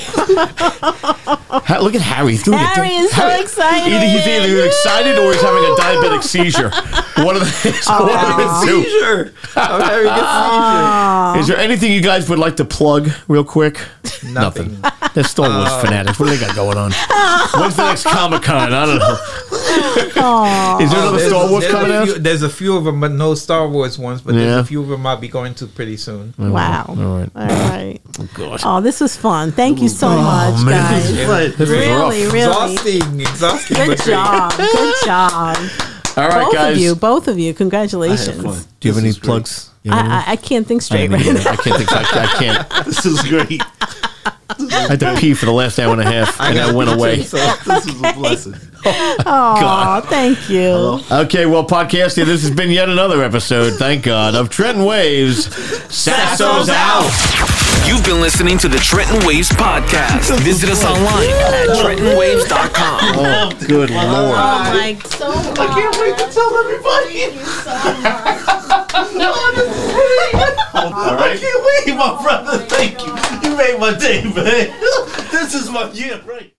Speaker 9: Ha- look at Harry. He's doing it.
Speaker 10: Harry is so excited.
Speaker 9: Either he's either excited or he's having a diabetic seizure. One of the, (laughs) oh,
Speaker 4: Wow.
Speaker 9: one of the two.
Speaker 4: Seizure.
Speaker 9: (laughs)
Speaker 4: I'm having a
Speaker 9: Is there anything you guys would like to plug real quick? Nothing. Uh, They're Star Wars fanatics. What do they got going on? When's the next Comic Con? I don't know. Is there another
Speaker 4: There's-
Speaker 9: Star Wars
Speaker 4: there's a
Speaker 9: coming out?
Speaker 4: few- There's a few of them, but no Star Wars ones. But
Speaker 9: Yeah.
Speaker 4: there's a few of them I'll be going to pretty soon.
Speaker 10: Wow. All
Speaker 9: right.
Speaker 10: All right.
Speaker 9: Oh, gosh.
Speaker 10: Oh, this was fun. Thank you so much, guys. really, really.
Speaker 4: exhausting, exhausting.
Speaker 10: Good
Speaker 4: but great.
Speaker 10: job.
Speaker 9: (laughs)
Speaker 10: Good job.
Speaker 9: All right,
Speaker 10: both
Speaker 9: guys.
Speaker 10: of you, both of you,
Speaker 9: I had fun.
Speaker 10: congratulations.
Speaker 9: Do you have
Speaker 11: (laughs)
Speaker 9: any plugs? You have any?
Speaker 10: I, I, I can't think straight
Speaker 9: I,
Speaker 10: right
Speaker 9: didn't
Speaker 10: now.
Speaker 9: (laughs) even- I can't think. I, I can't. This is great. I had to pee for the last hour and a half, and I went away.
Speaker 11: this is a blessing.
Speaker 10: Oh, thank you.
Speaker 9: Okay, well, podcasting, this has been yet another episode, thank God, of Trenton Waves. Sasso's out.
Speaker 6: You've been listening to the Trenton Waves podcast. Visit us online at trentonwaves.com.
Speaker 9: Oh, good lord.
Speaker 10: Oh my so I can't
Speaker 13: wait to tell everybody.
Speaker 11: All right. I can't wait, my brother. Thank you. You made my day, man. this is my yeah, right.